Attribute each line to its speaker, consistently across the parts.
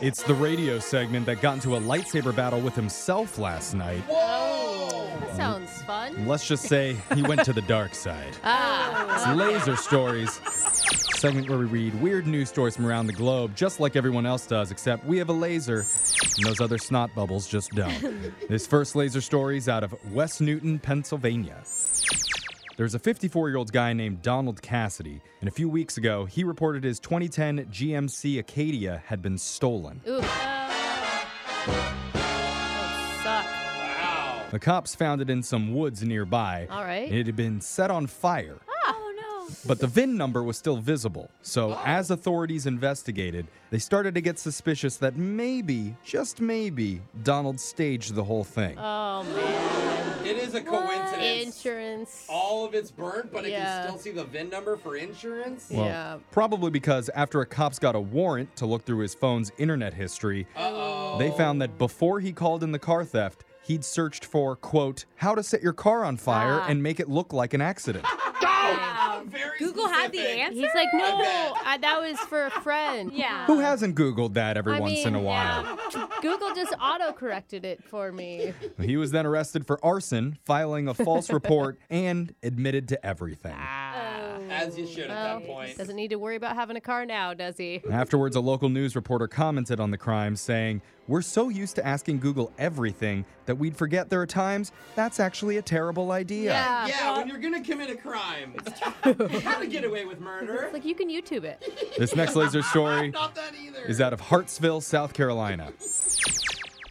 Speaker 1: It's the radio segment that got into a lightsaber battle with himself last night.
Speaker 2: That sounds fun.
Speaker 1: Let's just say he went to the dark side.
Speaker 2: Ah,
Speaker 1: It's Laser Stories, segment where we read weird news stories from around the globe, just like everyone else does, except we have a laser, and those other snot bubbles just don't. this first laser story is out of West Newton, Pennsylvania. There's a 54 year old guy named Donald Cassidy, and a few weeks ago, he reported his 2010 GMC Acadia had been stolen.
Speaker 2: ooh. That would suck.
Speaker 1: The cops found it in some woods nearby.
Speaker 2: All right.
Speaker 1: and It had been set on fire.
Speaker 2: Oh no.
Speaker 1: But the VIN number was still visible. So, as authorities investigated, they started to get suspicious that maybe, just maybe, Donald staged the whole thing.
Speaker 2: Oh man.
Speaker 3: It is a coincidence.
Speaker 2: Insurance.
Speaker 3: All of it's burnt, but
Speaker 2: Yeah.
Speaker 3: it can still see the VIN number for insurance.
Speaker 1: Well,
Speaker 2: yeah.
Speaker 1: Probably because after a cop's got a warrant to look through his phone's internet history,
Speaker 3: Uh-oh.
Speaker 1: they found that before he called in the car theft, he'd searched for, quote, how to set your car on fire
Speaker 2: Ah.
Speaker 1: and make it look like an accident.
Speaker 3: Oh, very
Speaker 4: Google had the
Speaker 3: specific.
Speaker 4: answer?
Speaker 2: He's like, no, I, that was for a friend.
Speaker 4: Yeah.
Speaker 1: Who hasn't Googled that every
Speaker 2: I
Speaker 1: once
Speaker 2: mean,
Speaker 1: in a while?
Speaker 2: Google just auto corrected it for me.
Speaker 1: He was then arrested for arson, filing a false report, and admitted to everything.
Speaker 3: As you should at that point.
Speaker 2: Doesn't need to worry about having a car now, does he?
Speaker 1: Afterwards, a local news reporter commented on the crime, saying, We're so used to asking Google everything that we'd forget there are times that's actually a terrible idea.
Speaker 2: Yeah.
Speaker 3: yeah, when you're gonna commit a crime, how to get away with murder?
Speaker 2: Like you can YouTube it.
Speaker 1: This next laser story
Speaker 3: Not that either.
Speaker 1: is out of Hartsville, South Carolina.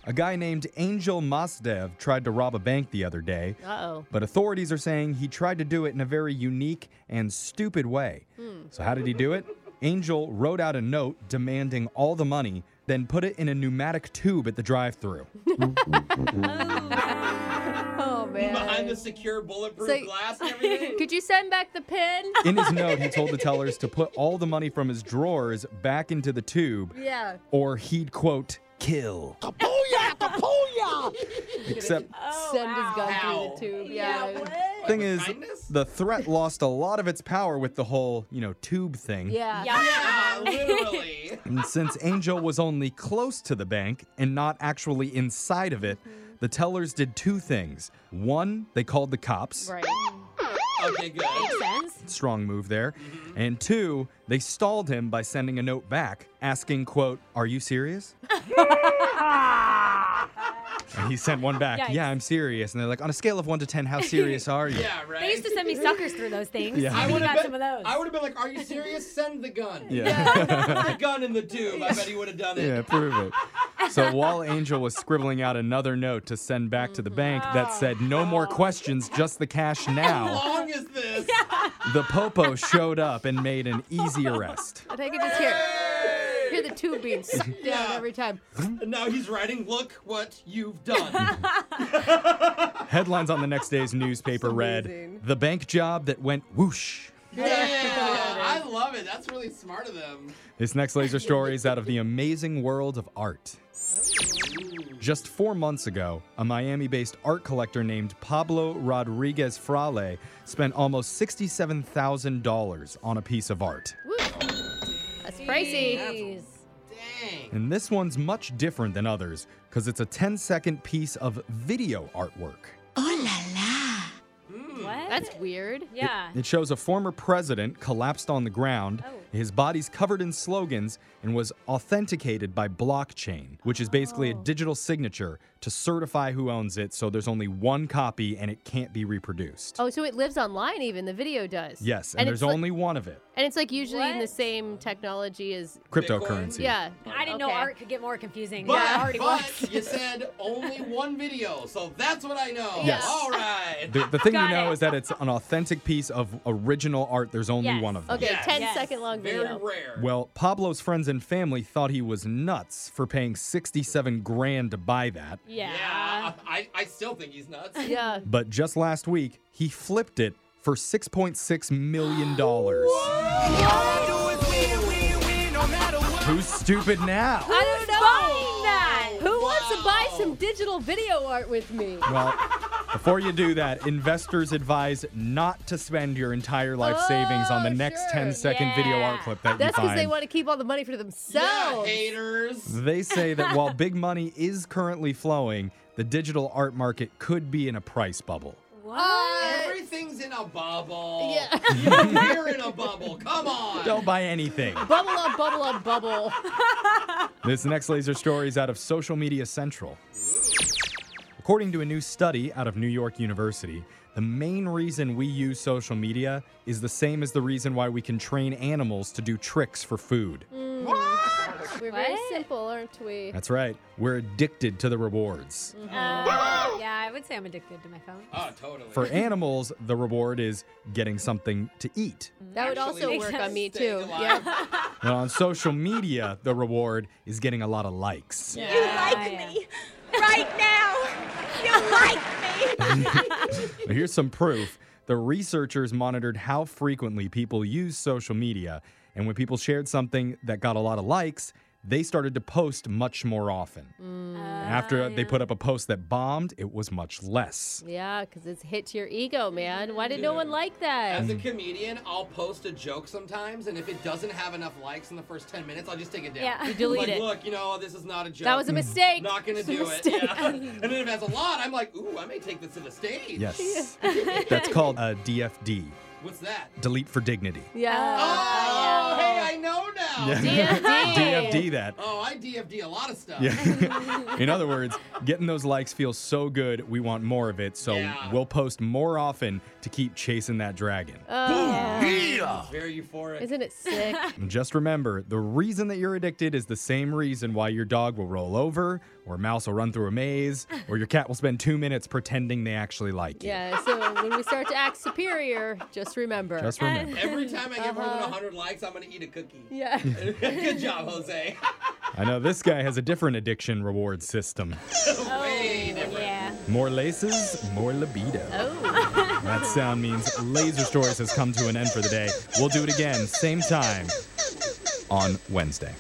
Speaker 1: A guy named Angel Mosdev tried to rob a bank the other day,
Speaker 2: Uh oh.
Speaker 1: but authorities are saying he tried to do it in a very unique and stupid way. So, how did he do it? Angel wrote out a note demanding all the money, then put it in a pneumatic tube at the drive through.
Speaker 2: Oh man.
Speaker 3: behind the secure bulletproof
Speaker 2: So-
Speaker 3: glass and everything?
Speaker 2: Could you send back the pin?
Speaker 1: In his note, he told the tellers to put all the money from his drawers back into the tube,
Speaker 2: Yeah.
Speaker 1: or he'd quote, kill. Except
Speaker 3: Oh,
Speaker 2: send his gun
Speaker 3: Ow.
Speaker 2: through the tube. Oh, Yeah.
Speaker 1: the thing is,
Speaker 3: Kindness?
Speaker 1: the threat lost a lot of its power with the whole, you know, tube thing.
Speaker 2: Yeah.
Speaker 3: yeah, literally.
Speaker 1: And since Angel was only close to the bank and not actually inside of it, the tellers did two things. One, they called the cops.
Speaker 2: Right.
Speaker 3: Okay, good.
Speaker 4: Makes sense.
Speaker 1: Strong move there. And two, they stalled him by sending a note back asking, quote, Are you serious? and he sent one back,
Speaker 4: Yikes.
Speaker 1: Yeah, I'm serious. And they're like, On a scale of one to 10, how serious are you?
Speaker 3: Yeah, right.
Speaker 4: They used to send me suckers through those things.
Speaker 1: Yeah. I
Speaker 4: I
Speaker 3: would've
Speaker 4: got
Speaker 3: been-
Speaker 4: some of those.
Speaker 3: I would have been like, "Are you serious? Send the gun."
Speaker 1: Yeah.
Speaker 3: the gun in the tube. I bet he would have done it.
Speaker 1: Yeah, prove it. So while Angel was scribbling out another note to send back to the bank that said, No more questions, just the cash
Speaker 3: How
Speaker 1: now,
Speaker 3: long is this?
Speaker 1: the Popo showed up and made an easy arrest.
Speaker 2: And I could just hear hear the tube being sucked down
Speaker 3: Yeah.
Speaker 2: every time.
Speaker 3: And now he's writing, "Look what you've done."
Speaker 1: Headlines on the next day's newspaper read, The bank job that went whoosh.
Speaker 3: yeah, I love it. That's really smart of them.
Speaker 1: This next laser story is out of the amazing world of art. Just four months ago, a Miami based art collector named Pablo Rodriguez Frale spent almost $67,000 on a piece of art.
Speaker 2: Woo. That's pricey.
Speaker 4: Jeez.
Speaker 3: Dang.
Speaker 1: And this one's much different than others because it's a 10 second piece of video artwork.
Speaker 4: What?
Speaker 2: That's weird.
Speaker 4: yeah.
Speaker 1: It shows a former president collapsed on the ground, his body's covered in slogans, and was authenticated by blockchain, which is basically a digital signature to certify who owns it so there's only one copy and it can't be reproduced.
Speaker 2: Oh, so it lives online even. The video does.
Speaker 1: Yes, and, there's
Speaker 2: it's like-
Speaker 1: only one of it
Speaker 2: and it's like usually in the
Speaker 4: What?
Speaker 2: same technology as
Speaker 1: cryptocurrency.
Speaker 2: yeah.
Speaker 4: I didn't know
Speaker 2: Okay.
Speaker 4: art could get more confusing.
Speaker 3: But,
Speaker 4: yeah, it already was.
Speaker 3: but you said only one video, so that's what I know.
Speaker 1: Yes.
Speaker 3: All right.
Speaker 1: The, the thing you
Speaker 4: Got
Speaker 1: know
Speaker 4: it.
Speaker 1: is that it's an authentic piece of original art. There's only
Speaker 4: Yes.
Speaker 1: one of them.
Speaker 2: Okay,
Speaker 3: Yes.
Speaker 2: 10 second
Speaker 4: Yes.
Speaker 2: long
Speaker 3: Very
Speaker 2: video.
Speaker 3: rare.
Speaker 1: Well, Pablo's friends and family thought he was nuts for paying 67 grand to buy that.
Speaker 4: yeah.
Speaker 3: yeah. I, I still think he's nuts.
Speaker 2: Yeah.
Speaker 1: But just last week, he flipped it for $6.6 million. dollars. Who's stupid now?
Speaker 2: I don't know.
Speaker 4: Buying that.
Speaker 2: Who wants to buy some digital video art with me?
Speaker 1: Well, Before you do that, investors advise not to spend your entire life savings on the
Speaker 2: Oh,
Speaker 1: next
Speaker 2: sure.
Speaker 1: 10 second video
Speaker 4: Yeah.
Speaker 1: art clip that
Speaker 2: That's
Speaker 1: you
Speaker 2: because
Speaker 1: find.
Speaker 2: they want to keep all the money for
Speaker 3: Yeah,
Speaker 2: themselves.
Speaker 3: haters.
Speaker 1: They say that while big money is currently flowing, the digital art market could be in a price bubble.
Speaker 4: What?
Speaker 3: Everything's in a bubble.
Speaker 2: Yeah.
Speaker 3: Even we're in a bubble. Come on.
Speaker 1: Don't buy anything.
Speaker 2: bubble up, bubble up, bubble.
Speaker 1: This next laser story is out of Social Media Central. According to a new study out of New York University, the main reason we use social media is the same as the reason why we can train animals to do tricks for food.
Speaker 2: We're very
Speaker 4: What?
Speaker 2: simple, aren't we?
Speaker 1: That's right, we're addicted to the rewards.
Speaker 4: Uh, yeah, I would say I'm addicted to my phone.
Speaker 3: Oh, totally.
Speaker 1: For animals, the reward is gettle something to eat.
Speaker 2: That would
Speaker 3: Actually,
Speaker 2: also
Speaker 3: makes
Speaker 2: work
Speaker 4: sense.
Speaker 2: on me
Speaker 3: Staying
Speaker 2: too.
Speaker 3: alive.
Speaker 2: Yeah.
Speaker 1: Now, on social media, the reward is getting a lot of likes.
Speaker 4: Yeah,
Speaker 5: You like
Speaker 4: yeah.
Speaker 5: me right now. You like me.
Speaker 1: Now, here's some proof. The researchers monitored how frequently people use social media, and when people shared something that got a lot of likes, they started to post much more often.
Speaker 3: Mm.
Speaker 4: Uh,
Speaker 3: Ah,
Speaker 1: After they put up a post that bombed, it was much less.
Speaker 2: Yeah, because it's hit to your ego, man. Why did no one like that?
Speaker 3: As
Speaker 1: Hmm.
Speaker 3: a comedian, I'll post a joke sometimes, and if it doesn't have enough likes in the first 10 minutes, I'll just take it down.
Speaker 4: Yeah. You
Speaker 2: delete
Speaker 3: like,
Speaker 2: it.
Speaker 3: Look, you know, this is not a joke.
Speaker 2: That was
Speaker 1: Hmm.
Speaker 2: a mistake.
Speaker 3: Not gonna
Speaker 2: It's a
Speaker 3: do it.
Speaker 2: mistake.
Speaker 3: Yeah. and then if it has a lot, I'm like, ooh, I may take this to the stage.
Speaker 1: Yes. That's called uh, a DFD,
Speaker 3: What's that?
Speaker 2: Oh,
Speaker 1: delete for dignity.
Speaker 2: Yeah.
Speaker 3: Oh, hey, I know now.
Speaker 2: DFD.
Speaker 1: DFD that.
Speaker 3: Oh, I DFD a lot of stuff.
Speaker 1: Yeah. In other words, getting those likes feels so good, we want more of it, so
Speaker 3: Yeah.
Speaker 1: we'll post more often to keep chasing that dragon.
Speaker 3: It's very euphoric.
Speaker 2: Isn't it sick?
Speaker 1: And Just remember, the reason that you're addicted is the same reason why your dog will roll over, or mouse will run through a maze, or your cat will spend two minutes pretending they actually like you.
Speaker 2: Yeah, so when we start to act superior, just remember.
Speaker 1: Just remember.
Speaker 3: Every time I get more than
Speaker 2: Uh-huh.
Speaker 3: 100 likes, I'm gonna eat a cookie.
Speaker 2: yeah.
Speaker 3: Good job, Jose.
Speaker 1: I know this guy has a different addiction reward system.
Speaker 3: Way different.
Speaker 4: Yeah.
Speaker 1: More laces, more libido.
Speaker 2: Oh.
Speaker 1: That sound means Laser Stories has come to an end for the day. We'll do it again, same time, on Wednesday.